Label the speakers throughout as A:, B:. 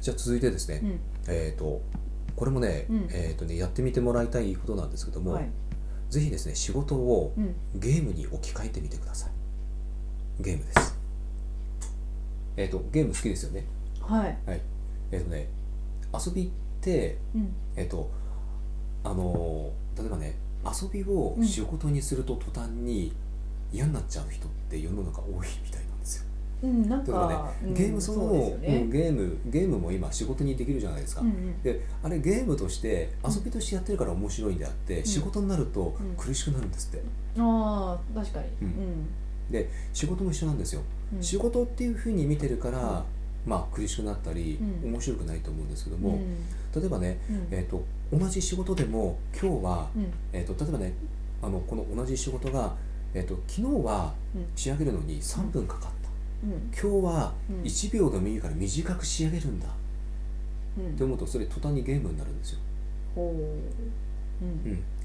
A: じゃあ続いてですね、
B: うん
A: えっ、とこれもね,、
B: うん
A: えー、とねやってみてもらいたいことなんですけども、
B: はい
A: ぜひですね仕事を
B: うん
A: ゲームに置き換えてみてくださいゲームですえっ、とゲーム好きですよね
B: はい
A: えっ、とね遊びって
B: うん
A: えっ、とあのー例えばね遊びを仕事にすると途端に嫌になっちゃう人って世の中多いみたいなんですよ
B: うんなん
A: ということ
B: かうん
A: ゲームその
B: うですよ
A: う
B: ね
A: んゲームゲームも今仕事にできるじゃないですか、
B: うんうん
A: であれゲームとして遊びとしてやってるから面白いんであって、
B: ん
A: 仕事になると
B: うん
A: 苦しくなるんですって、
B: ああ確かに
A: う
B: うんん
A: 仕事も一緒なんですよ、
B: うん
A: 仕事っていうふうに見てるから、まあ苦しくなったり、
B: うん
A: 面白くないと思うんですけど
B: う
A: も、
B: ん
A: 例えばね、
B: うん
A: えー、と同じ仕事でも今日は、
B: うん
A: えー、と例えばねあのこの同じ仕事が、えー、と昨日は
B: うん
A: 仕上げるのに3分かかった、
B: うん
A: 今日は
B: うん
A: 1秒でもいいから短く仕上げるんだ、
B: うん
A: って思うとそれ途端にゲームになるんですよ
B: ほううん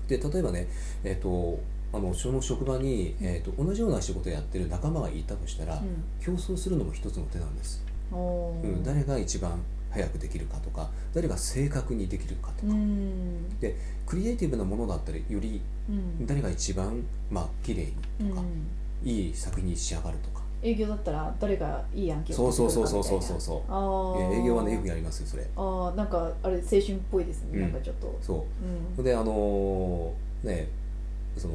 A: で例えばねえっ、とあのその職場に、えー、と同じような仕事をやってる仲間がいたとしたら、競争するのも一つの手なんです、
B: うんお
A: うん、誰が一番早くできるかとか誰が正確にできるかと
B: う
A: か、
B: ん
A: クリエイティブなものだったりより
B: うん
A: 誰が一番まあ綺麗
B: う
A: にとか、
B: ん
A: いい作品に仕上がるとか、
B: 営業だったら誰がいい案件
A: そう
B: を
A: そう
B: 取ってく
A: そ
B: る
A: う
B: か
A: そうそうそう
B: みたいな
A: そ
B: あ
A: う
B: ー
A: え営業はねよくやりますよそれ
B: あーなんかあれ青春っぽいですね、
A: うん
B: なんかちょっと
A: そう
B: うん
A: それであのーねその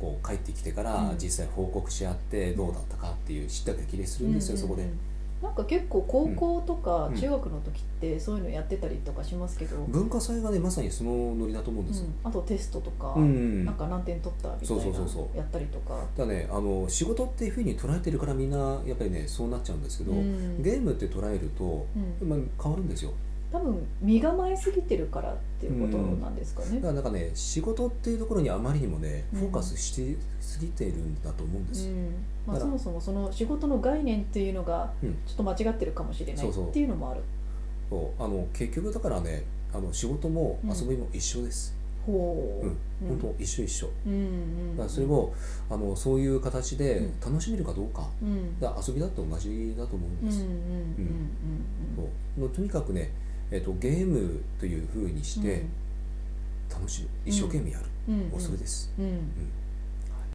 A: こう帰ってきてから
B: うん
A: 実際報告し合ってどうだったかっていう知った激励するんですよ、そこで
B: なんか結構高校とか
A: うん
B: 中学の時ってそういうのやってたりとかしますけど、うん
A: 文化祭がねまさにそのノリだと思うんですよ、
B: あとテストとか、
A: うん
B: なんか何点取ったみたいな
A: そうそうそうそう
B: やったりとか
A: ただねあの仕事っていうふうに捉えてるからみんなやっぱりねそうなっちゃうんですけど、
B: うん
A: ゲームって捉えると、
B: うん
A: まあ、変わるんですよ
B: 多分身構えすぎてるからっていうことなんですかね、
A: だからなんかね仕事っていうところにあまりにもね
B: うん
A: フォーカスしてすぎてるんだと思うんで
B: う
A: す、
B: んまあ、
A: だか
B: そ
A: ら
B: もそもその仕事の概念っていうのが
A: うん
B: ちょっと間違ってるかもしれない
A: そうそう
B: っていうのもある、
A: そうあの結局だからねあの仕事も
B: うん
A: 遊びも一緒です、
B: ほう、
A: う、
B: うんん、
A: 本当一緒一緒
B: うん
A: だから
B: うん
A: それをあのそういう形で
B: うん
A: 楽しめるかどうか
B: うん
A: だから遊びだと同じだと思うんで
B: うんうん
A: す、
B: うんうん
A: そ
B: うん
A: うのとにかくね、えっとゲームというふうにして楽しむ一生懸命やる、
B: うんうん
A: もうそれです、
B: うん
A: うん